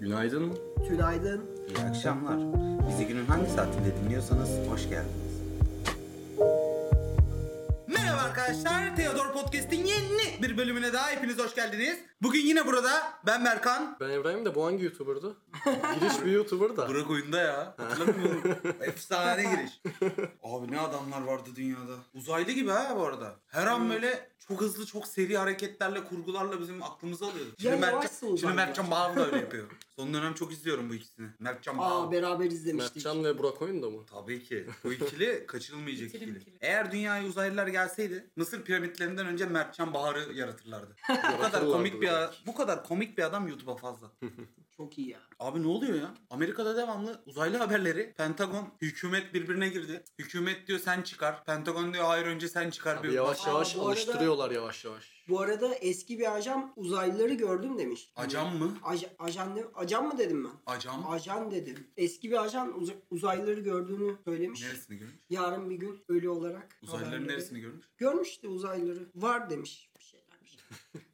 Günaydın. Tünaydın. İyi akşamlar. Bizi günün hangi saatinde dinliyorsanız hoş geldiniz. Merhaba arkadaşlar. Theodor Podcast'in yeni bir bölümüne daha hepiniz hoş geldiniz. Bugün yine burada ben Berkan. Ben İbrahim de bu hangi YouTuber'dı? Giriş bir YouTuber da. Burak oyunda ya. Hatırlamıyor musun? Efsane giriş. Abi ne adamlar vardı dünyada. Uzaylı gibi ha bu arada. Her an böyle çok hızlı çok seri hareketlerle kurgularla bizim aklımızı alıyordu. Şimdi Ya Mertcan, yavaşsın şimdi uzaylı. Mertcan Bağım da öyle yapıyor. Son dönem çok izliyorum bu ikisini. Mertcan Bağım. Aa beraber izlemiştik. Mertcan ve Burak Oyun da mı? Tabii ki. Bu ikili kaçınılmayacak İkili ikili. ikili. Eğer dünyaya uzaylılar gelseydi Mısır piramitlerinden önce Mertcan Bahar'ı yaratırlardı. bu kadar Yaratırlardı komik bir direkt. bu kadar komik bir adam YouTube'a fazla. Çok iyi ya. Abi ne oluyor ya? Amerika'da devamlı uzaylı haberleri. Pentagon, hükümet birbirine girdi. Hükümet diyor sen çıkar. Pentagon diyor hayır önce sen çıkar. Abi bir yavaş Aa, yavaş bu arada- alıştırıyorlar yavaş yavaş. Bu arada eski bir ajan uzaylıları gördüm demiş. Acan mı? Aj- ajan, ne- ajan mı dedim ben? Acan. Ajan dedim. Eski bir ajan uz- uzaylıları gördüğünü söylemiş. Neresini görmüş? Yarın bir gün ölü olarak. Uzaylıların haberleri- neresini görmüş? Görmüş işte uzaylıları. Var demiş. Bir şeyler. bir şey. şeyler.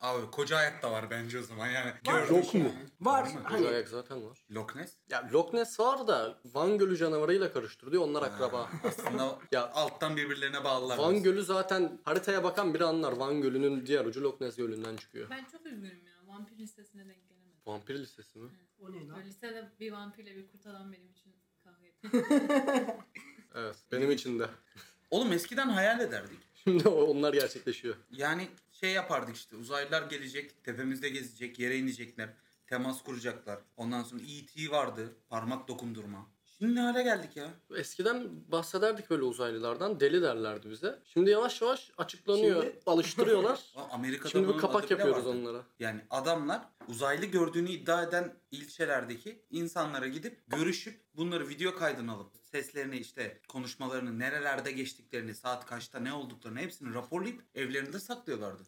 Abi koca ayak da var bence o zaman yani. Var Görmüş. demiş yani. Var. Var mı? Güzel Hani ayak zaten var. Loch Ness. Ya Loch Ness var da Van Gölü canavarıyla karıştırılıyor. Onlar akraba. Aslında Ya- alttan birbirlerine bağlılar. Van Gölü zaten haritaya bakan biri anlar. Van Gölü'nün diğer ucu Loch Ness Gölü'nden çıkıyor. Ben çok üzgünüm ya. Vampir lisesine denk gelemedim. Vampir lisesi mi? o ne lan? Böyle lisede bir vampirle bir kurt adam benim için kavga etti. Evet. Benim için de. Oğlum eskiden hayal ederdik. Şimdi onlar gerçekleşiyor. Yani şey yapardık işte uzaylılar gelecek, tepemizde gezecek, yere inecekler, temas kuracaklar. Ondan sonra E.T. vardı, parmak dokundurma. Şimdi ne hale geldik ya? Eskiden bahsederdik böyle uzaylılardan. Deli derlerdi bize. Şimdi yavaş yavaş açıklanıyor. Şimdi- Alıştırıyorlar. Aa, Amerika'da Şimdi bir bunun adı kapak bile yapıyoruz vardı. onlara. Yani adamlar uzaylı gördüğünü iddia eden ilçelerdeki insanlara gidip görüşüp bunları video kaydına alıp seslerini işte konuşmalarını nerelerde geçtiklerini saat kaçta ne olduklarını hepsini raporlayıp evlerinde saklıyorlardı.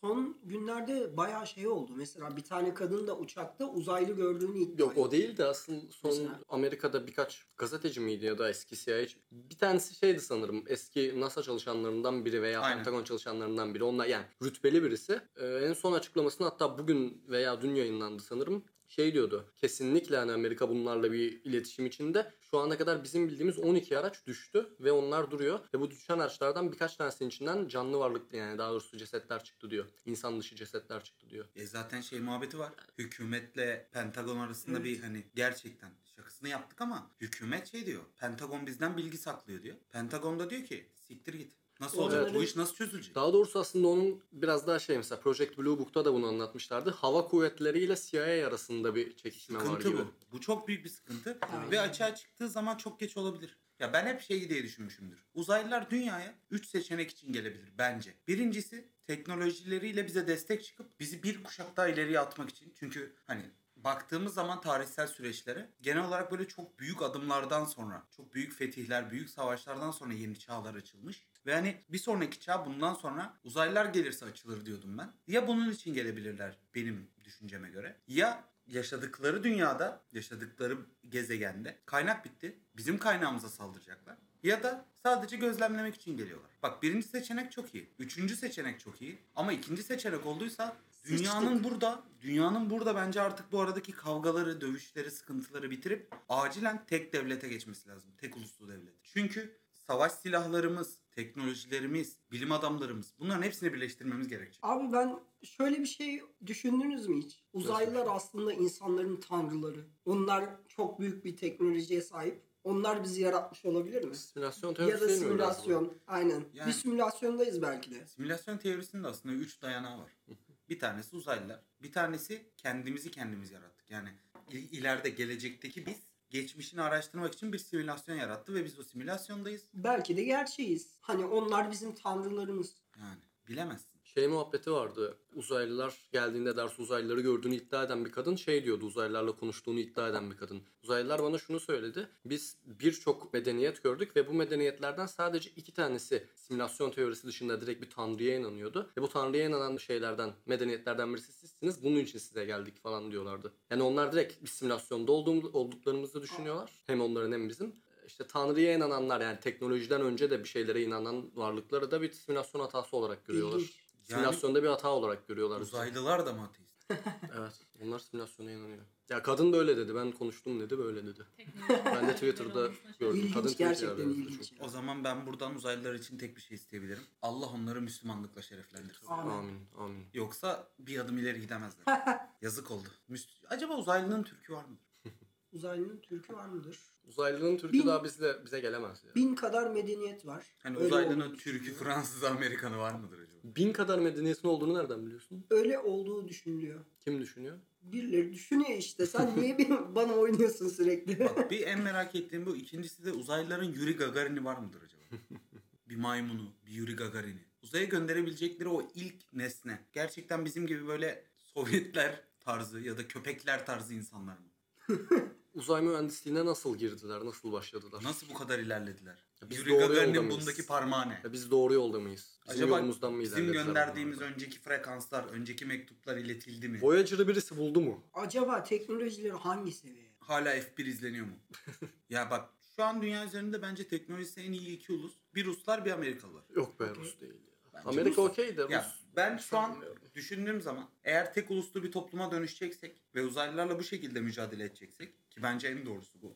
Son günlerde bayağı şey oldu. Mesela bir tane kadın da uçakta uzaylı gördüğünü iddia Yok o değil de asıl son Mesela? Amerika'da birkaç gazeteci miydi ya da eski CIA bir tanesi şeydi sanırım eski NASA çalışanlarından biri veya Aynen. Pentagon çalışanlarından biri onlar yani rütbeli birisi Ee, en son açıklamasını hatta bugün veya dün yayınlandı sanırım şey diyordu kesinlikle hani Amerika bunlarla bir iletişim içinde şu ana kadar bizim bildiğimiz 12 araç düştü ve onlar duruyor ve bu düşen araçlardan birkaç tanesinin içinden canlı varlık yani daha doğrusu cesetler çıktı diyor insan dışı cesetler çıktı diyor. E zaten şey muhabbeti var. Hükümetle Pentagon arasında Evet. bir hani gerçekten şakasını yaptık ama hükümet şey diyor. Pentagon bizden bilgi saklıyor diyor. Pentagon da diyor ki siktir git. Nasıl O olacak? arada- Bu iş nasıl çözülecek? Daha doğrusu aslında onun biraz daha şey mesela Project Blue Book'ta da bunu anlatmışlardı. Hava kuvvetleriyle CIA arasında bir çekişme var sıkıntı gibi. bu. Bu çok büyük bir sıkıntı. Aynen. Ve açığa çıktığı zaman çok geç olabilir. Ya ben hep şeyi diye düşünmüşümdür. Uzaylılar dünyaya 3 seçenek için gelebilir bence. Birincisi teknolojileriyle bize destek çıkıp bizi bir kuşak daha ileriye atmak için. Çünkü hani baktığımız zaman tarihsel süreçlere genel olarak böyle çok büyük adımlardan sonra, çok büyük fetihler, büyük savaşlardan sonra yeni çağlar açılmış. Ve hani bir sonraki çağ bundan sonra uzaylılar gelirse açılır diyordum ben. Ya bunun için gelebilirler benim düşünceme göre. Ya yaşadıkları dünyada, yaşadıkları gezegende kaynak bitti. Bizim kaynağımıza saldıracaklar. Ya da sadece gözlemlemek için geliyorlar. Bak birinci seçenek çok iyi. Üçüncü seçenek çok iyi. Ama ikinci seçenek olduysa dünyanın burada, dünyanın burada bence artık bu aradaki kavgaları, dövüşleri, sıkıntıları bitirip acilen tek devlete geçmesi lazım. Tek uluslu devlet. Çünkü savaş silahlarımız, teknolojilerimiz, bilim adamlarımız bunların hepsini birleştirmemiz gerekecek. Abi ben şöyle bir şey düşündünüz mü hiç? Uzaylılar aslında insanların tanrıları. Onlar çok büyük bir teknolojiye sahip. Onlar bizi yaratmış olabilir mi? Simülasyon teorisi Ya da değil şey mi biraz bu? simülasyon. Aynen. Yani- Bir simülasyondayız belki de. Simülasyon teorisinin de aslında 3 dayanağı var. Bir tanesi uzaylılar. Bir tanesi kendimizi kendimiz yarattık. Yani il- ileride gelecekteki biz geçmişini araştırmak için bir simülasyon yarattı ve biz o simülasyondayız. Belki de gerçeğiz. Hani onlar bizim tanrılarımız. Yani bilemezsin. Şey muhabbeti vardı. Uzaylılar geldiğinde ders uzaylıları gördüğünü iddia eden bir kadın şey diyordu. Uzaylılarla konuştuğunu iddia eden bir kadın. Uzaylılar bana şunu söyledi. Biz birçok medeniyet gördük ve bu medeniyetlerden sadece iki tanesi simülasyon teorisi dışında direkt bir tanrıya inanıyordu. Ve bu tanrıya inanan şeylerden, medeniyetlerden birisi sizsiniz. Bunun için size geldik falan diyorlardı. Yani onlar direkt bir simülasyonda olduğum, olduklarımızı düşünüyorlar. Hem onların hem bizim. İşte Tanrı'ya inananlar yani teknolojiden önce de bir şeylere inanan varlıkları da bir simülasyon hatası olarak görüyorlar. İlginç. Yani Simülasyonda bir hata olarak görüyorlar. bizi. uzaylılar da mı ateist? Evet. Onlar simülasyona inanıyor. Ya kadın böyle dedi. Ben konuştum dedi. Böyle dedi. Teknoloji Ben de Twitter'da gördüm. İlginç, Kadın Twitter gerçekten yazdı ilginç. çünkü. O zaman ben buradan uzaylılar için tek bir şey isteyebilirim. Allah onları Müslümanlıkla şereflendirsin. Amin. Amin. Amin. Yoksa bir adım ileri gidemezler. Yazık oldu. Müs- Acaba uzaylının türkü var mı? Uzaylının türkü var mıdır? Uzaylının Türk'ü Bin- daha bizle, bize gelemez ya. Bin, Bin kadar medeniyet var. Hani Öyle uzaylının olduğunu türkü, düşünülüyor. Fransız, Amerikanı var mıdır acaba? kadar medeniyetin olduğunu nereden biliyorsun? Öyle olduğu düşünülüyor. Kim düşünüyor? Birileri düşünüyor işte. Sen niye benim, bana oynuyorsun sürekli? Bak bir en merak ettiğim bu. İkincisi de uzaylıların Yuri Gagarin'i var mıdır acaba? bir maymunu, bir Yuri Gagarin'i. Uzaya gönderebilecekleri o ilk nesne. Gerçekten bizim gibi böyle Sovyetler tarzı ya da köpekler tarzı insanlar mı? Uzay mühendisliğine nasıl girdiler? Nasıl başladılar? Nasıl bu kadar ilerlediler? Ya biz Yuri doğru Gagarin'in yolda mıyız? bundaki parmağı ne? Ya biz doğru yolda mıyız? Bizim Acaba yolumuzdan mı bizim ilerlediler gönderdiğimiz onlar? önceki frekanslar, önceki mektuplar iletildi mi? Voyager'ı birisi buldu mu? Acaba teknolojileri hangi seviyeye? Hala F1 izleniyor mu? ya bak şu an dünya üzerinde bence teknolojisi en iyi iki ulus. Bir Ruslar bir Amerikalılar. Yok be Okey. Rus değil ya. Bence Amerika Rus- okey de Rus. Ya ben şey şu an sanmıyorum. düşündüğüm zaman eğer tek uluslu bir topluma dönüşeceksek ve uzaylılarla bu şekilde mücadele edeceksek ki bence en doğrusu bu.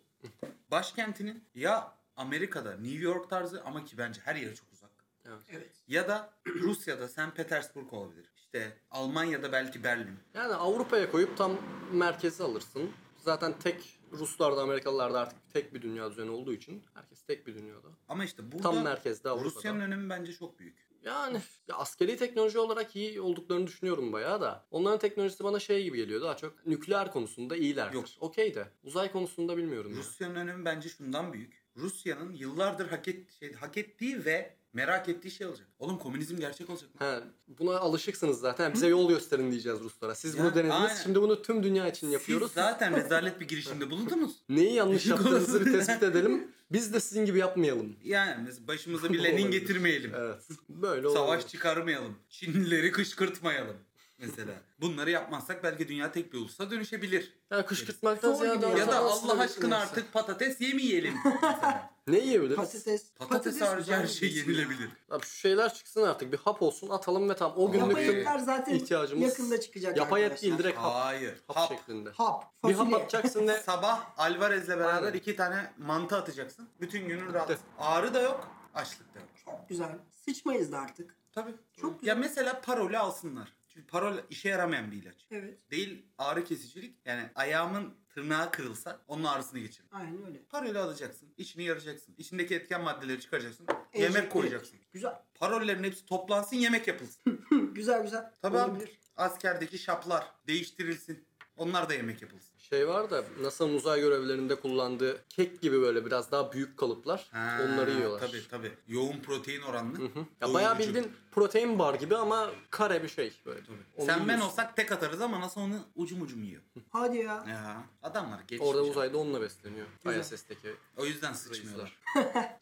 Başkentinin ya Amerika'da New York tarzı ama ki bence her yere çok uzak. Evet. Evet. Ya da Rusya'da St. Petersburg olabilir. İşte Almanya'da belki Berlin. Yani Avrupa'ya koyup tam merkezi alırsın. Zaten tek Ruslar da Amerikalılar da artık tek bir dünya düzeni olduğu için herkes tek bir dünyada. Ama işte burada tam merkezde Avrupa'da. Rusya'nın önemi bence çok büyük. Yani ya askeri teknoloji olarak iyi olduklarını düşünüyorum bayağı da. Onların teknolojisi bana şey gibi geliyor daha çok nükleer konusunda iyiler. Yok. Okey de uzay konusunda bilmiyorum ya. Rusya'nın önemi bence şundan büyük. Rusya'nın yıllardır hak, et, şey, hak ettiği ve merak ettiği şey olacak. Oğlum komünizm gerçek olacak. He, buna alışıksınız zaten. Bize yol gösterin diyeceğiz Ruslara. Siz Ya, bunu denediniz. aynen. Şimdi bunu tüm dünya için yapıyoruz. Siz zaten rezalet bir girişimde bulundunuz. Neyi yanlış Düşük yaptığınızı bir olasılık. tespit edelim. Biz de sizin gibi yapmayalım. Yani biz başımıza bir Lenin Olabilir. getirmeyelim. Evet. Böyle Savaş olabilir. çıkarmayalım. Çinlileri kışkırtmayalım. Mesela. Bunları yapmazsak belki dünya tek bir ulusa dönüşebilir. Yani kışkırtmaktan Zor ziyade gibi Ya da orada- Nasıl Allah aşkına dönüşürse. artık patates yemeyelim. Mesela. ne yiyebiliriz? Patates. Patates harici her güzel şey bir besin ya. yenilebilir. Abi şu şeyler çıksın artık. Bir hap olsun atalım ve tam o günlük Yapay- Yapayetler zaten ihtiyacımız- yakında çıkacak yapay et arkadaşlar. değil direkt hap, Hayır. hap Hap. şeklinde. Hap. Bir hap fasulye. atacaksın ve Sabah Alvarez'le beraber Aynen. iki tane mantı atacaksın. Bütün günün rahat. Bitti. Ağrı da yok, açlık da yok. Çok güzel. Sıçmayız da artık. Tabii. Çok ya mesela parole alsınlar. Çünkü parol işe yaramayan bir ilaç. Evet. Değil ağrı kesicilik. Yani ayağımın tırnağı kırılsa onun ağrısını geçiririm. Aynen öyle. Parolü alacaksın. içini yarayacaksın. İçindeki etken maddeleri çıkaracaksın. Enjekte. yemek koyacaksın. Güzel. Parollerin hepsi toplansın yemek yapılsın. Güzel güzel. Tabii abi. Olabilir. Askerdeki şaplar değiştirilsin. Onlar da yemek yapılsın. şey var da NASA'nın uzay görevlerinde kullandığı kek gibi böyle biraz daha büyük kalıplar. Ha, onları yiyorlar. Tabii tabii. Yoğun protein oranlı. Hı hı. Ya bayağı Doyurucu. bildiğin protein bar gibi ama kare bir şey böyle. Tabii. Onu Sen ben yiyorsun. olsak tek atarız ama nasıl onu ucum ucum yiyor. Hadi ya. Ya adamlar geç. Orada uzayda onunla besleniyor. Güzel. ISS'teki O yüzden reisler. sıçmıyorlar.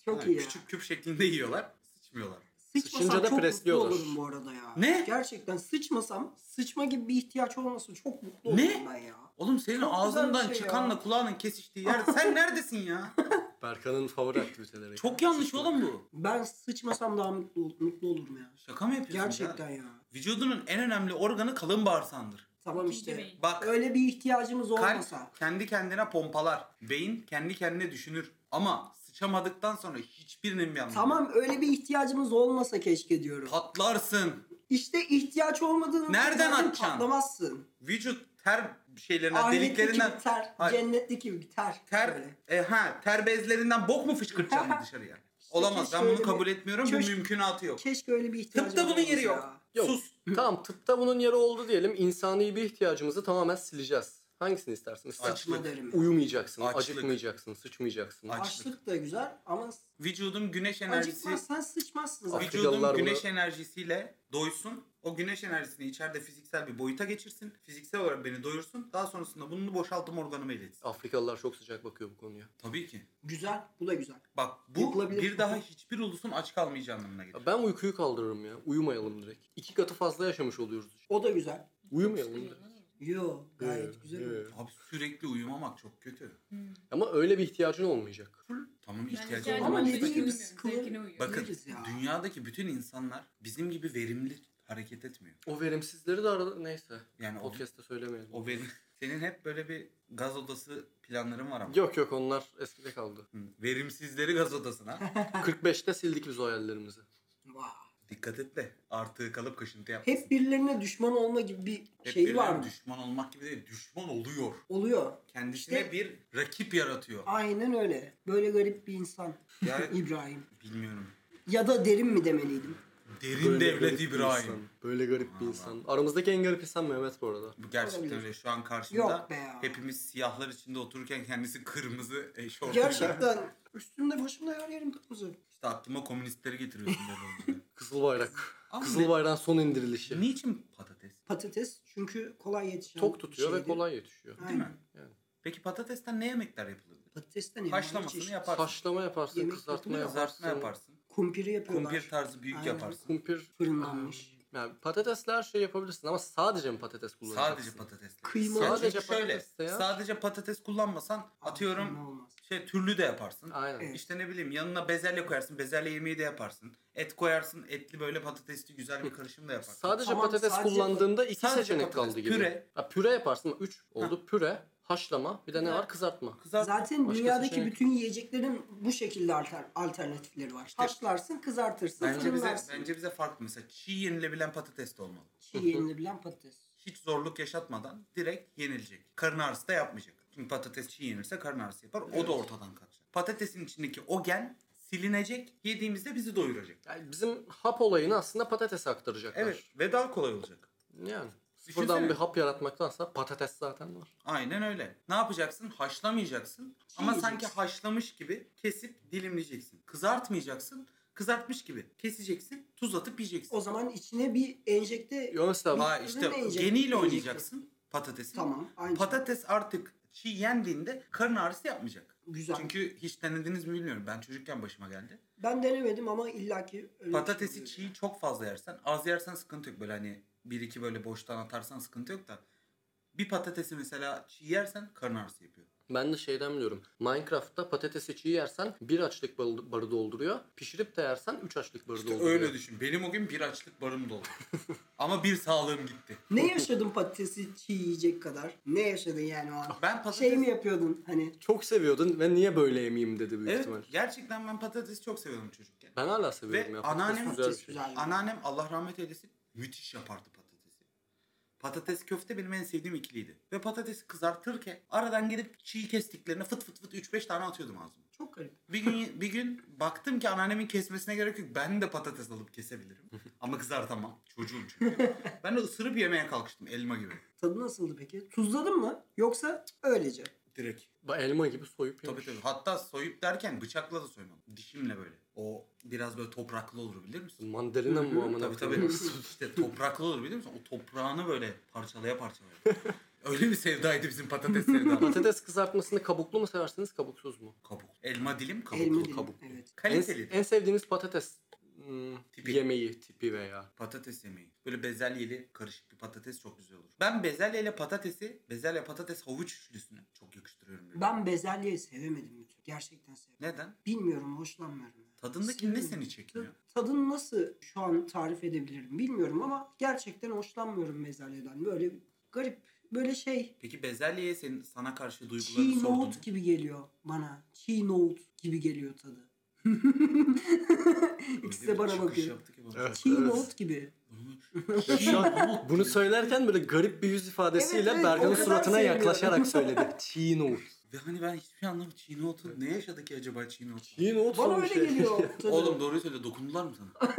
Çok Yani iyi ya. küçük küp şeklinde yiyorlar. Sıçmıyorlar. Sıçmasam Sıçınca da çok mutlu presliyorlar. olurum bu arada ya. Ne? Gerçekten sıçmasam sıçma gibi bir ihtiyaç olmasın. Çok mutlu Ne? olurum ben ya. Oğlum senin Çok güzel bir ağzından şey ya. çıkanla kulağının kesiştiği yer. Sen neredesin ya? Berkan'ın favori aktiviteleri. Çok yanlış oğlum bu. Ben sıçmasam daha mutlu, ol- mutlu olurum ya. Şaka mı yapıyorsun Gerçekten ya? ya. Vücudunun en önemli organı kalın bağırsağındır. Tamam işte. Bak Öyle bir ihtiyacımız olmasa. kalp kendi kendine pompalar. Beyin kendi kendine düşünür. Ama sıçamadıktan sonra hiçbirinin bir anlamı yok. Tamam öyle bir ihtiyacımız olmasa keşke diyorum. Patlarsın. İşte ihtiyaç olmadığını Nereden zaten atacaksın? patlamazsın. Vücut ter şeylerinden, Ahiretteki deliklerinden gibi ter, Hayır. cennetteki gibi ter. Ter, Böyle. e, ha, ter bezlerinden bok mu fışkırtacaksın dışarıya? Olamaz. keşke Ben bunu öyle kabul bir- etmiyorum. Bu Keşke- mümkünatı yok. Keşke öyle bir ihtiyacımız Tıpta bunun yeri olmasa yok. ya. Yok. Sus. Tamam tıpta bunun yeri oldu diyelim. İnsani bir ihtiyacımızı tamamen sileceğiz. Hangisini istersiniz? Açlık. Saçma derim. ya. Uyumayacaksın, Açlık. acıkmayacaksın, sıçmayacaksın. Aç- Açlık da güzel ama Vücudum güneş enerjisi acıkmazsan sıçmazsın zaten. Vücut- vücudum Afrikalılar güneş bunu- enerjisiyle doysun. O güneş enerjisini içeride fiziksel bir boyuta geçirsin. Fiziksel olarak beni doyursun. Daha sonrasında bunu boşaltım organıma iletsin. Afrikalılar çok sıcak bakıyor bu konuya. Tabii ki. Güzel. Bu da güzel. Bak bu Yapılabilir. bir daha hiçbir ulusun aç kalmayacağı anlamına gelir. Ya Ben uykuyu kaldırırım ya. Uyumayalım direkt. İki katı fazla yaşamış oluyoruz. O da güzel. Uyumayalım direkt. şey Yo gayet Ee, güzel. ee. Abi sürekli uyumamak çok kötü. Hmm. Ama öyle bir ihtiyacın olmayacak. Full tamam ihtiyacım ihtiyacım var. Ama Başka dediği gibi kötü. sıkılır. Bakın Yeriz ya. dünyadaki bütün insanlar bizim gibi verimli hareket etmiyor. O verimsizleri de arada neyse. Yani o, Podcast'te söylemeyelim. o verim. Senin hep böyle bir gaz odası planların var ama. Yok yok onlar eskide kaldı. Hı, Verimsizleri gaz odasına. 45'te sildik biz o hayallerimizi. Vay. Dikkat et de artığı kalıp kaşıntı yapmasın. Hep birilerine düşman olma gibi bir Hep şey birileri var mı? Düşman olmak gibi değil. Düşman oluyor. Oluyor. Kendisine İşte- bir rakip yaratıyor. Aynen öyle. Böyle garip bir insan Yani İbrahim. bilmiyorum. Ya da derin mi demeliydim? Derin devlet garip bir İbrahim. insan, Böyle garip bir Aa. insan. Aramızdaki en garip insan Mehmet bu arada. Bu gerçekten Olabilir. öyle. Şu an karşımda Yok be ya. hepimiz siyahlar içinde otururken kendisi kırmızı e, eşofman. Gerçekten üstümde başımda her yerim kırmızı. İşte aklıma komünistleri getiriyorsun böyle olunca. Kızıl bayrak. Ama Kızıl bayrağın son indirilişi. Niçin patates? Patates çünkü kolay yetişen Tok tutuyor bir ve şeydi. kolay yetişiyor. Değil mi? Aynen. Yani. Peki patatesten ne yemekler yapılabilir? Patatesten yani Haşlamasını çeşit- yaparsın. Haşlama yaparsın, Yemek kızartma yapımı yaparsın. Kızartma yaparsın. Kumpiri yapıyorlar. Kumpir tarzı büyük Aynen. yaparsın. Kumpir. Fırınlanmış. Yani patatesle her şeyi yapabilirsin ama sadece mi patates kullanacaksın? Sadece patatesle. Kıyma. Ya Sadece çünkü şöyle. patatesle ya. Sadece patates kullanmasan Ne atıyorum olmaz. şey türlü de yaparsın. Aynen. Evet. İşte ne bileyim yanına bezelye koyarsın. Bezelye yemeği de yaparsın. Et koyarsın. Etli böyle patatesli güzel bir karışım da yaparsın. Sadece Tamam, patates sadece- kullandığında iki Sadece seçenek patates. kaldı gibi. Püre. Ha, püre yaparsın. Üç oldu. Püre, haşlama, bir de ne var? Kızartma. Kızart Zaten Başka dünyadaki şey- seçenek- bütün yiyeceklerin bu şekilde alter, alternatifleri var. Haşlarsın, kızartırsın, Bence bize, fırınlarsın. bence bize farklı. Mesela çiğ yenilebilen patates de olmalı. Çiğ yenilebilen patates. Hiç zorluk yaşatmadan direkt yenilecek. Karın ağrısı da yapmayacak. Çünkü patates çiğ yenirse karın ağrısı yapar. O da ortadan kalkacak. Patatesin içindeki o gen silinecek. Yediğimizde bizi doyuracak. Yani bizim hap olayını aslında patatese aktaracaklar. Evet ve daha kolay olacak. Yani Düşünsene. sıfırdan bir hap yaratmaktansa patates zaten var. Aynen öyle. Ne yapacaksın? Haşlamayacaksın. Çiğ ama yiyeceksin. sanki haşlamış gibi kesip dilimleyeceksin. Kızartmayacaksın. Kızartmış gibi keseceksin. Tuz atıp yiyeceksin. O zaman içine bir enjekte... Yo, mesela Ha Ürünle işte yiyeceksin, geniyle yiyeceksin. oynayacaksın patatesin. Tamam. Aynı şey. Patates artık çiğ yendiğinde karın ağrısı yapmayacak. Güzel. Çünkü hiç denediniz mi bilmiyorum. Ben çocukken başıma geldi. Ben denemedim ama illaki öyle Patatesi bir şey çiğ çok fazla yersen, az yersen sıkıntı yok. Böyle hani bir iki böyle boştan atarsan sıkıntı yok da. Bir patatesi mesela çiğ yersen karın ağrısı yapıyor. Ben de şeyden biliyorum. Minecraft'ta patatesi çiğ yersen bir açlık barı barı dolduruyor. Pişirip de yersen üç açlık barı İşte dolduruyor. öyle düşün. Benim o gün bir açlık barım doldu. Ama bir sağlığım gitti. oluyor. Ne yaşadın patatesi çiğ yiyecek kadar? Ne yaşadın yani o an? Ben patates... Şey mi yapıyordun hani? Çok seviyordun ve niye böyle yemeyeyim dedi büyük evet, ihtimal. gerçekten ben patatesi çok seviyordum çocukken. Ben hala seviyorum Ve ya. Patates anneannem güzel bir Patates şey. güzel. Anneannem Allah rahmet eylesin müthiş yapardı patatesi. Patates köfte benim en sevdiğim ikiliydi. Ve patatesi kızartırken aradan gidip çiğ kestiklerine fıt fıt fıt 3-5 tane atıyordum ağzıma. Çok garip. Bir gün bir gün baktım ki anneannemin kesmesine gerek yok. Ben de patates alıp kesebilirim. Ama kızartamam. Çocuğum çünkü. Ben de ısırıp yemeye kalkıştım elma gibi. Tadı nasıldı peki? Tuzladın mı? Yoksa öylece. Direkt. Ba- Elma gibi soyup Tabii yemiş. tabii. Hatta soyup derken bıçakla da soymam. Dişimle böyle. O biraz böyle topraklı olur bilir misin? Mandalina Hı hı, mı amına Tabii tabii. koyayım? işte topraklı olur biliyor musun? O toprağını böyle parçalaya parçalaya. Öyle bir sevdaydı bizim patates sevdamız. Patates kızartmasını kabuklu mu seversiniz kabuksuz mu? kabuk. Elma dilim kabuklu. Elma dilim. kabuklu. Evet. En, Kaliteli. en sevdiğiniz patates hmm, Tipi. yemeği tipi veya. Patates yemeği. Böyle bezelyeli karışık bir patates çok güzel olur. Ben bezelyeyle patatesi, bezelye patates havuç üçlüsünü çok yakıştırıyorum. birbirine. Ben bezelyeyi sevemedim. bir türlü. Gerçekten sevemedim. Neden? Bilmiyorum hoşlanmıyorum. ya. Tadındaki ne Sevmiyorum. seni çekmiyor? Tadını nasıl şu an tarif edebilirim bilmiyorum ama gerçekten hoşlanmıyorum bezelyeden. Böyle garip böyle şey Peki bezelyeye senin sana karşı duygularını çiğ sordun mu? nohut gibi geliyor bana. Çiğ nohut gibi geliyor tadı. Öyle İkisi bir de bana çıkış bakıyor. yaptı ki bana. Evet. Çiğ nohut gibi. Çiğ nohut. Bunu söylerken böyle garip bir yüz ifadesiyle Evet, evet, o Berkan'ın kadar suratına seviyorum. yaklaşarak söyledi. Çiğ nohut. Ve hani ben hiçbir şey anlamadım. Çiğ nohutun ne yaşadı ki acaba çiğ nohut? Çiğ nohut Bana son öyle şey. geliyor. tadı. Oğlum doğruyu söyle dokundular mı sana?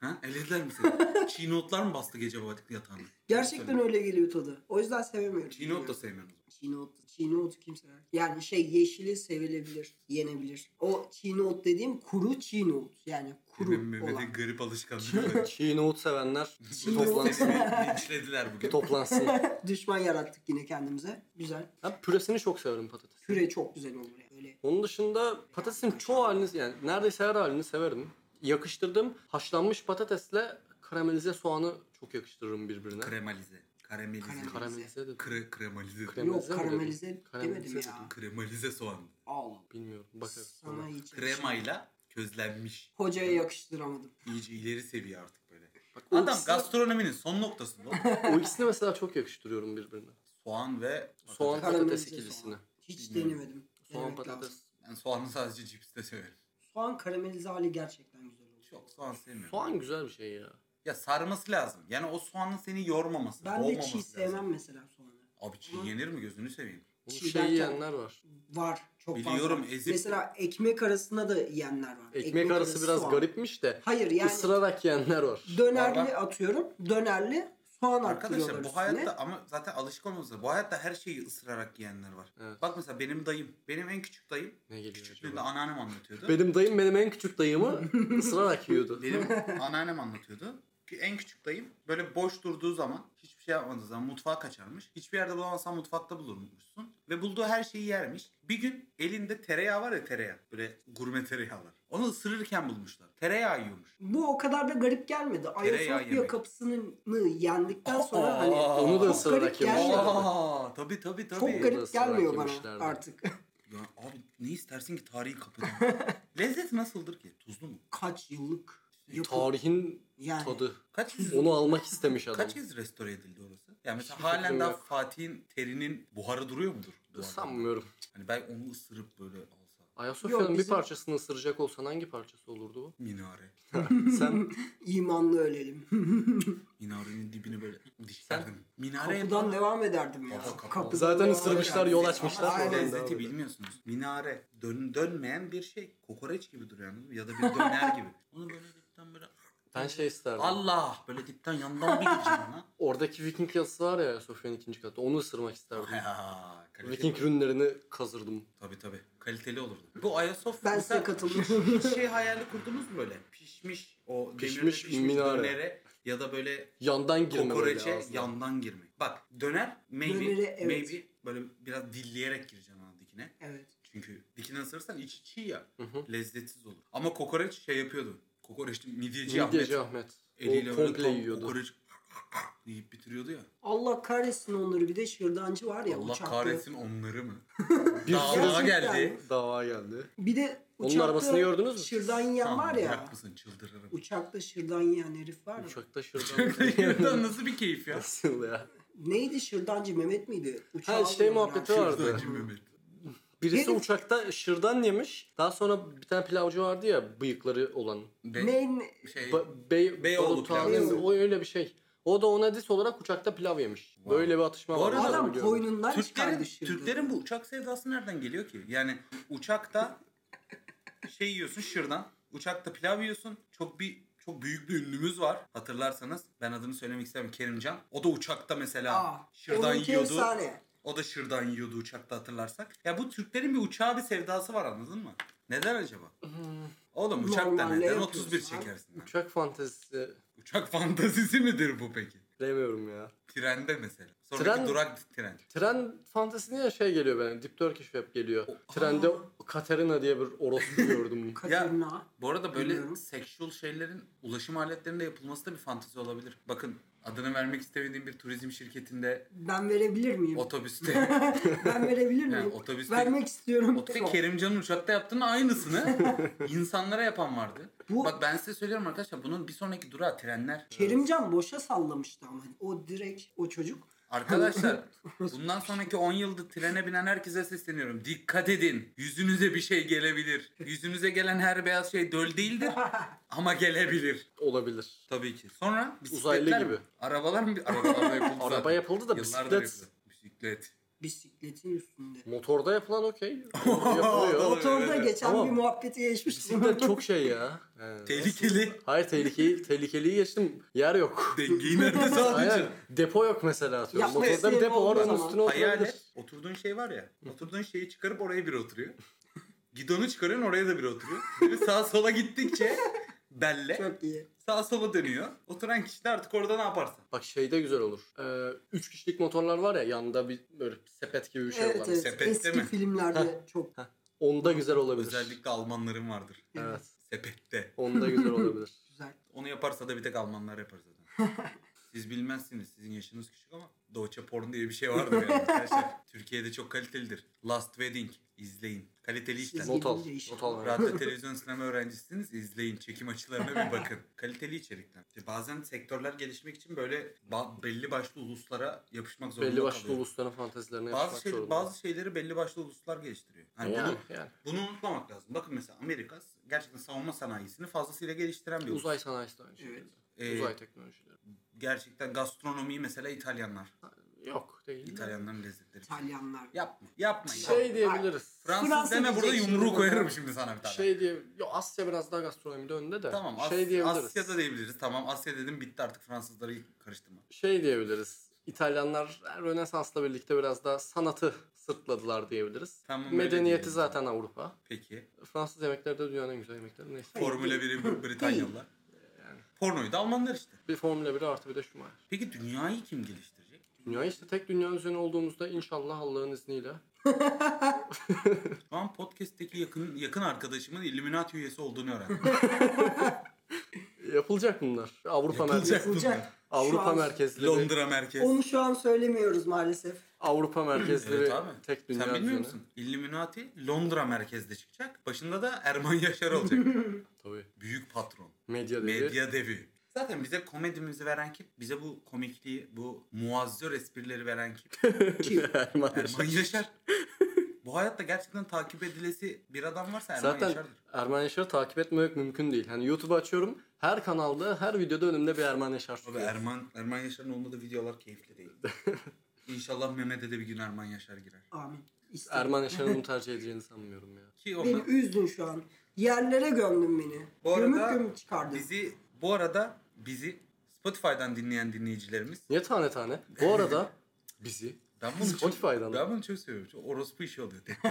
ha? Elediler mi seni? Çiğ nohutlar mı bastı gece babalık yatağına? Gerçekten öyle geliyor tadı. O yüzden sevemiyorum. Çiğ nohut da sevmiyorum. Çiğ nohut, çiğ nohutu kim sever? Yani şey yeşili sevilebilir, yenebilir. O çiğ nohut dediğim kuru çiğ nohut. Yani kuru Benim olan. Mehmet'in garip alışkanlığı. Çiğ nohut sevenler Çiğ toplansın. Seni linçlediler bugün. toplansın. Düşman yarattık yine kendimize. Güzel. Ben püresini çok severim patates. Püre çok güzel olur yani. Böyle Onun dışında patatesin çoğu halini yani neredeyse her halini severim. Yakıştırdığım haşlanmış patatesle karamelize soğanı çok yakıştırırım birbirine. Kremalize. Karamelize. Karamelize. karamelize de Kre, kremalize. Krem- yok Karamelize mi karamelize dedin? Karamelize demedim ya. dedim. kremalize soğan. Al. bilmiyorum bakarız. Sana hiç. yakışmadı. Kremayla közlenmiş. Hocaya yakıştıramadım. İyice ileri seviye artık böyle. Bak, o Adam ikisini- gastronominin son noktası bu. O ikisini mesela çok yakıştırıyorum birbirine. Soğan ve Soğan patates. patates Karamelize ikilisini. soğan. Hiç Bilmiyorum. denemedim. Soğan Denemek lazım. patates. Ben soğanı sadece cipste severim. Soğan karamelize hali gerçekten güzel oluyor. Çok soğan sevmiyorum. Soğan güzel bir şey ya. Ya sarması lazım. Yani o soğanın seni yormaması, Ben de boğmaması çiğ lazım. sevmem mesela soğanı. Abi çiğ Ama- yenir mi gözünü seveyim. Bunu Çiğ şey derken- yiyenler var. Var. Çok Biliyorum, fazla. ezip- Mesela ekmek arasına da yiyenler var. Ekmek, arası, biraz soğan. garipmiş de Hayır yani ısırarak yiyenler var. dönerli Var, var. atıyorum. Dönerli soğan Arkadaşlar arttırıyorlar bu üstüne. hayatta ama zaten alışık olmamızda bu hayatta her şeyi ısırarak yiyenler var. Evet. Bak mesela benim dayım, benim en küçük dayım. Ne geliyor Küçüklüğünde acaba? anneannem anlatıyordu. Benim dayım benim en küçük dayımı ısırarak yiyordu. Benim anneannem anlatıyordu. Ki en küçük dayım böyle boş durduğu zaman hiçbir şey yapmadığı zaman mutfağa kaçarmış. Hiçbir yerde bulamazsan mutfakta bulurmuşsun. Ve bulduğu her şeyi yermiş. Bir gün elinde tereyağı var ya tereyağı. Böyle gurme tereyağı var. Onu ısırırken bulmuşlar. Tereyağı yiyormuş. Bu o kadar da garip gelmedi. Tereyağı Ayasofya yemek. kapısını yendikten sonra Aa, hani Onu da Çok ısırarak garip yemişler. geldi. Aa, tabii tabii tabii. çok garip Orası olarak gelmiyor bana yemişlerdi. artık. Ya abi ne istersin ki tarihi kapıdan? Lezzeti nasıldır ki? Tuzlu mu? Kaç yıllık yapım. Tarihin yani. tadı. Kaç yüz Onu almak istemiş adam. Kaç kez restore edildi orası? Yani mesela Hiçbir fikrim halen daha yok. Fatih'in terinin buharı duruyor mudur? duvarda? Sanmıyorum. Hani ben onu ısırıp böyle alsa Ayasofya'nın Yok, bir bizim- parçasını ısıracak olsan hangi parçası olurdu bu? minare. Sen İmanlı ölelim. Minarenin dibini böyle dişlerdim. Minare Kapıdan devam ederdim ya. Kapı- kapı. Kapıdan Zaten devam ısırmışlar, ederdim. yol açmışlar. Aynen. Ama Aynen. lezzeti bilmiyorsunuz. Minare dön, dönmeyen bir şey. Kokoreç gibi duruyor anladın mı? Ya da bir döner gibi. Onu böyle dipten böyle ben şey isterdim. Allah böyle dipten yandan bir gireceğim ona. Oradaki Viking yazısı var ya Sofya'nın ikinci katı. Onu ısırmak isterdim. Ya, kaliteli. Viking ürünlerini kazırdım. Tabii tabii. Kaliteli olurdu. Bu Ayasofya Ben size mesela katılıyorum. bir şey hayali kurdunuz mu böyle? Pişmiş o demirde Pişmiş pişmiş, minare. dönere ya da böyle Yandan girme böyle kokoreçe ağzına. yandan girmek. Bak döner maybe, Dönere, evet. maybe böyle biraz dilleyerek gireceksin ona dikine. evet. Çünkü dikine ısırırsan içi çiğ ya. Hı hı. Lezzetsiz olur. Ama kokoreç şey yapıyordu. Kokoreç midyeci, Midyeci Ahmet Ahmet. eliyle o böyle komple tam yiyordu. kokoreç yiyip bitiriyordu ya. Allah kahretsin onları bir de şırdancı var ya Allah uçakta. kahretsin onları mı? Bir Dava sürü Gerçekten. geldi. dava geldi. Bir de Onun uçakta arabasını gördünüz mü? şırdan yiyen var ya. Yak mısın çıldırırım. Uçakta şırdan yiyen herif var ya. Uçakta Uçaktan şırdan. nasıl bir keyif ya? Nasıl ya? Neydi şırdancı Mehmet miydi? Uçağı Ha, şey aldılar, muhabbeti yani. vardı. Şırdancı Mehmet. Birisi Herif- uçakta şırdan yemiş. Daha sonra bir tane pilavcı vardı ya bıyıkları olan. Be- Ne, ne- şey, Ba- Bey, Beyoğlu Balık Tanrı- pilavcısı. O öyle bir şey. O da ona dis olarak uçakta pilav yemiş. Vay. Böyle bir atışma Bu var. arada- Onu adam biliyorum. koynundan Türklerin, çıkardı şırdanı. Türklerin bu uçak sevdası nereden geliyor ki? Yani uçakta şey yiyorsun şırdan. Uçakta pilav yiyorsun. Çok bir çok büyük bir ünlümüz var. Hatırlarsanız ben adını söylemek istemiyorum Kerimcan. O da uçakta mesela Aa, şırdan onunki yiyordu. efsane. O da şırdan yiyordu uçakta hatırlarsak. Ya bu Türklerin bir uçağa bir sevdası var anladın mı? Neden acaba? Hmm. Oğlum uçakta Normalde neden yapıyoruz 31 abi. çekersin? lan? Uçak fantezisi Uçak fantazisi midir bu peki? bilemiyorum ya. Trende mesela. Sonraki Tren- durak tren. Tren fantezisi ya şey geliyor benim. Deep Turkish Web geliyor. O- Trende Aa. Katerina diye bir orospu gördüm. Katerina. Bu arada böyle Bilmiyorum. seksüel şeylerin ulaşım aletlerinde yapılması da bir fantezi olabilir. Bakın adını vermek istemediğim bir turizm şirketinde Ben verebilir miyim? otobüste ben verebilir miyim? yani otobüste Vermek istiyorum. otobüste Kerimcan'ın uçakta yaptığının aynısını insanlara yapan vardı. Bu Bak ben size söylüyorum arkadaşlar bunun bir sonraki durağı trenler. Kerimcan boşa sallamıştı ama. O direkt o çocuk. Arkadaşlar bundan sonraki 10 yılda trene binen herkese sesleniyorum. Dikkat edin. Yüzünüze bir şey gelebilir. Yüzünüze gelen her beyaz şey döl değildir ama gelebilir. Olabilir. Tabii ki. Sonra bisikletler Uzaylı mi? gibi. Arabalar mı? Arabalar yapıldı zaten. Araba yapıldı da Yıllardır bisiklet yapıldı. Bisiklet. Bisikletin üstünde. motorda yapılan okey. Yapılıyor. Motorda evet. geçen Ama bir muhabbeti geçmiştim. Bisiklet çok şey ya. Ee, Tehlikeli. Hayır tehlikeli, tehlikeliyi geçtim. Yer yok. Dengeyi nerede Hayır, sağlayacaksın? depo yok mesela atıyorum. Yapma Motorda bir isteğim depo var olduğu onun zaman. üstüne Hayal oturabilir. et. Oturduğun şey var ya. Oturduğun şeyi çıkarıp oraya biri oturuyor. Gidonu çıkarıyorsun oraya da biri oturuyor. Biri sağa sola gittikçe belle. Çok iyi. Sağa sola dönüyor. Oturan kişi de artık orada ne yaparsa. Bak şeyde güzel olur. Ee, üç kişilik motorlar var ya yanında bir böyle sepet gibi bir şey evet var. evet. sepette Eski mi? filmlerde çok. Onda güzel olabilir. Özellikle Almanların vardır. Evet. Sepette. Onda güzel olabilir. Güzel. Onu yaparsa da bir tek Almanlar yapar zaten. Siz bilmezsiniz. Sizin yaşınız küçük ama Deutsche Porn diye bir şey vardır yani arkadaşlar. Türkiye'de çok kalitelidir. Last Wedding izleyin. Kaliteli işler. İzleyin. Not al. İlginç Not al. Radyo televizyon sinema öğrencisiniz izleyin. Çekim açılarına bir bakın. Kaliteli içerikler. İşte bazen sektörler gelişmek için böyle ba- belli başlı uluslara yapışmak zorunda Belli başlı kalıyor. ulusların fantezilerine bazı, yapışmak şey, zorunda. bazı hani şeyleri belli başlı uluslar geliştiriyor. Yani yani, bunu, yani. bunu unutmamak lazım. Bakın mesela Amerika gerçekten savunma sanayisini fazlasıyla geliştiren bir ulus. Uzay sanayisi de aynı şekilde. Evet. Ee, Uzay teknolojileri. Gerçekten gastronomiyi mesela İtalyanlar. Yok değil. de. İtalyanların lezzetleri. İtalyanlar. Yapma. Yapma ya. Şey diyebiliriz. Fransız Fransa deme burada diyecek yumruğu şimdi koyarım bana. şimdi sana bir tane. Şey diye, yo Asya biraz daha gastronomide önde de. tamam. As- şey diyebiliriz. Asya'da diyebiliriz. Tamam Asya dedim bitti artık Fransızları karıştırma. Şey diyebiliriz. İtalyanlar e, Rönesans'la birlikte biraz daha sanatı sırtladılar diyebiliriz. Tamam, öyle Medeniyeti diyelim. zaten Avrupa. Peki. Fransız yemekleri de dünyanın en güzel yemekleri. Neyse. Formula 1'i Britanyalılar. Pornoyu da Almanlar işte. Bir Formula 1 artı bir de Schumacher. Peki dünyayı kim geliştirecek? Dünya işte tek dünya üzerine olduğumuzda inşallah Allah'ın izniyle. Şu an podcast'teki yakın yakın arkadaşımın Illuminati üyesi olduğunu öğrendim. Yapılacak bunlar. Avrupa merkez. Yapılacak Yapılacak. bunlar. Şu Avrupa an- merkezleri. Londra merkez. Onu şu an söylemiyoruz maalesef. Avrupa merkezleri Evet abi. tek dünya Sen bilmiyor üzerine. musun? Illuminati Londra merkezde çıkacak. Başında da Erman Yaşar olacak. Tabii. Büyük patron. Medya dedi. Medya devi. Zaten bize komedimizi veren kim? Bize bu komikliği, bu muazzör esprileri veren kim? Ki Erman Erman Yaşar. Yaşar. bu hayatta gerçekten takip edilesi bir adam varsa Erman Zaten Yaşar'dır. Erman Yaşar'ı takip etmemek mümkün değil. Hani YouTube'u açıyorum. Her kanalda, her videoda önümde bir Erman Yaşar Abi çıkıyor. Erman, Erman Yaşar'ın olmadığı videolar keyifli değil. İnşallah Mehmet'e de bir gün Erman Yaşar girer. amin. İstedim. Erman Yaşar'ın bunu tercih edeceğini sanmıyorum ya. Ki Beni ona üzdün şu an. Yerlere gömdün beni. Bu arada gömüp gömüp çıkardın. bizi bu arada bizi Spotify'dan dinleyen dinleyicilerimiz Niye tane tane? Bu arada bizi ben bunu çok, Spotify'dan. ben bunu çok seviyorum. Çok orospu işi oluyor.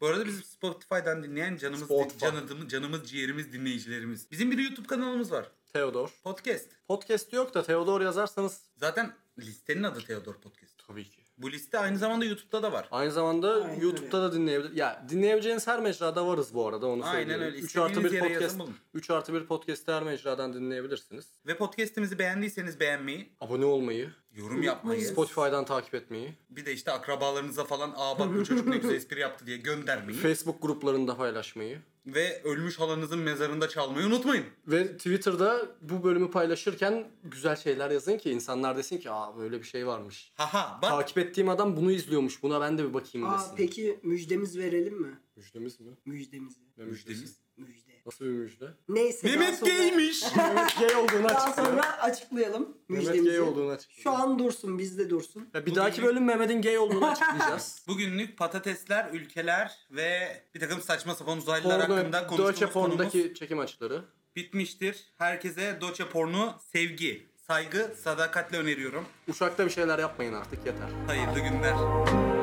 bu arada bizim Spotify'dan dinleyen canımız Spotify. canımız canımız ciğerimiz dinleyicilerimiz. Bizim bir YouTube kanalımız var. Theodor. Podcast. Podcast yok da Theodor yazarsanız Zaten listenin adı Theodor Podcast. tabii ki. Bu liste aynı zamanda YouTube'da da var. Aynı zamanda Aynen YouTube'da da dinleyebilir. Ya dinleyebileceğiniz her mecrada varız bu arada onu Aynen söylüyorum. öyle. 3 artı İstediğiniz 1 yere podcast. yazın bulun. 3 artı 1 podcast'i her mecradan dinleyebilirsiniz. Ve podcast'imizi beğendiyseniz beğenmeyi, Abone olmayı, yorum yapmayı, Spotify'dan takip etmeyi, bir de işte akrabalarınıza falan aa bak bu çocuk ne güzel espri yaptı diye göndermeyi Facebook gruplarında paylaşmayı ve ölmüş halanızın mezarında çalmayı unutmayın. ve Twitter'da bu bölümü paylaşırken güzel şeyler yazın ki insanlar desin ki aa böyle bir şey varmış. Haha bak Takip ettiğim adam bunu izliyormuş. Buna ben de bir bakayım Aa, desin. peki müjdemiz verelim mi? Müjdemiz mi? Müjdemizi. Ne müjdemiz. Müjde. Nasıl bir müjde? Neyse. daha Mehmet sonra- gaymiş. Mehmet gay olduğunu Daha açıklayalım. sonra açıklayalım Mehmet gay müjdemizi. olduğunu açıklayalım. Şu an dursun bizde dursun. Ya bir dahaki bölüm Mehmet'in gay olduğunu açıklayacağız. Bugünlük patatesler, ülkeler ve bir takım saçma sapan uzaylılar hakkında Porno, Deutsche konuştuğumuz konumuz Porno'daki çekim açıları. bitmiştir. Herkese Deutsche Porno sevgi, saygı, sadakatle öneriyorum. Uçakta bir şeyler yapmayın artık yeter. Hayırlı günler.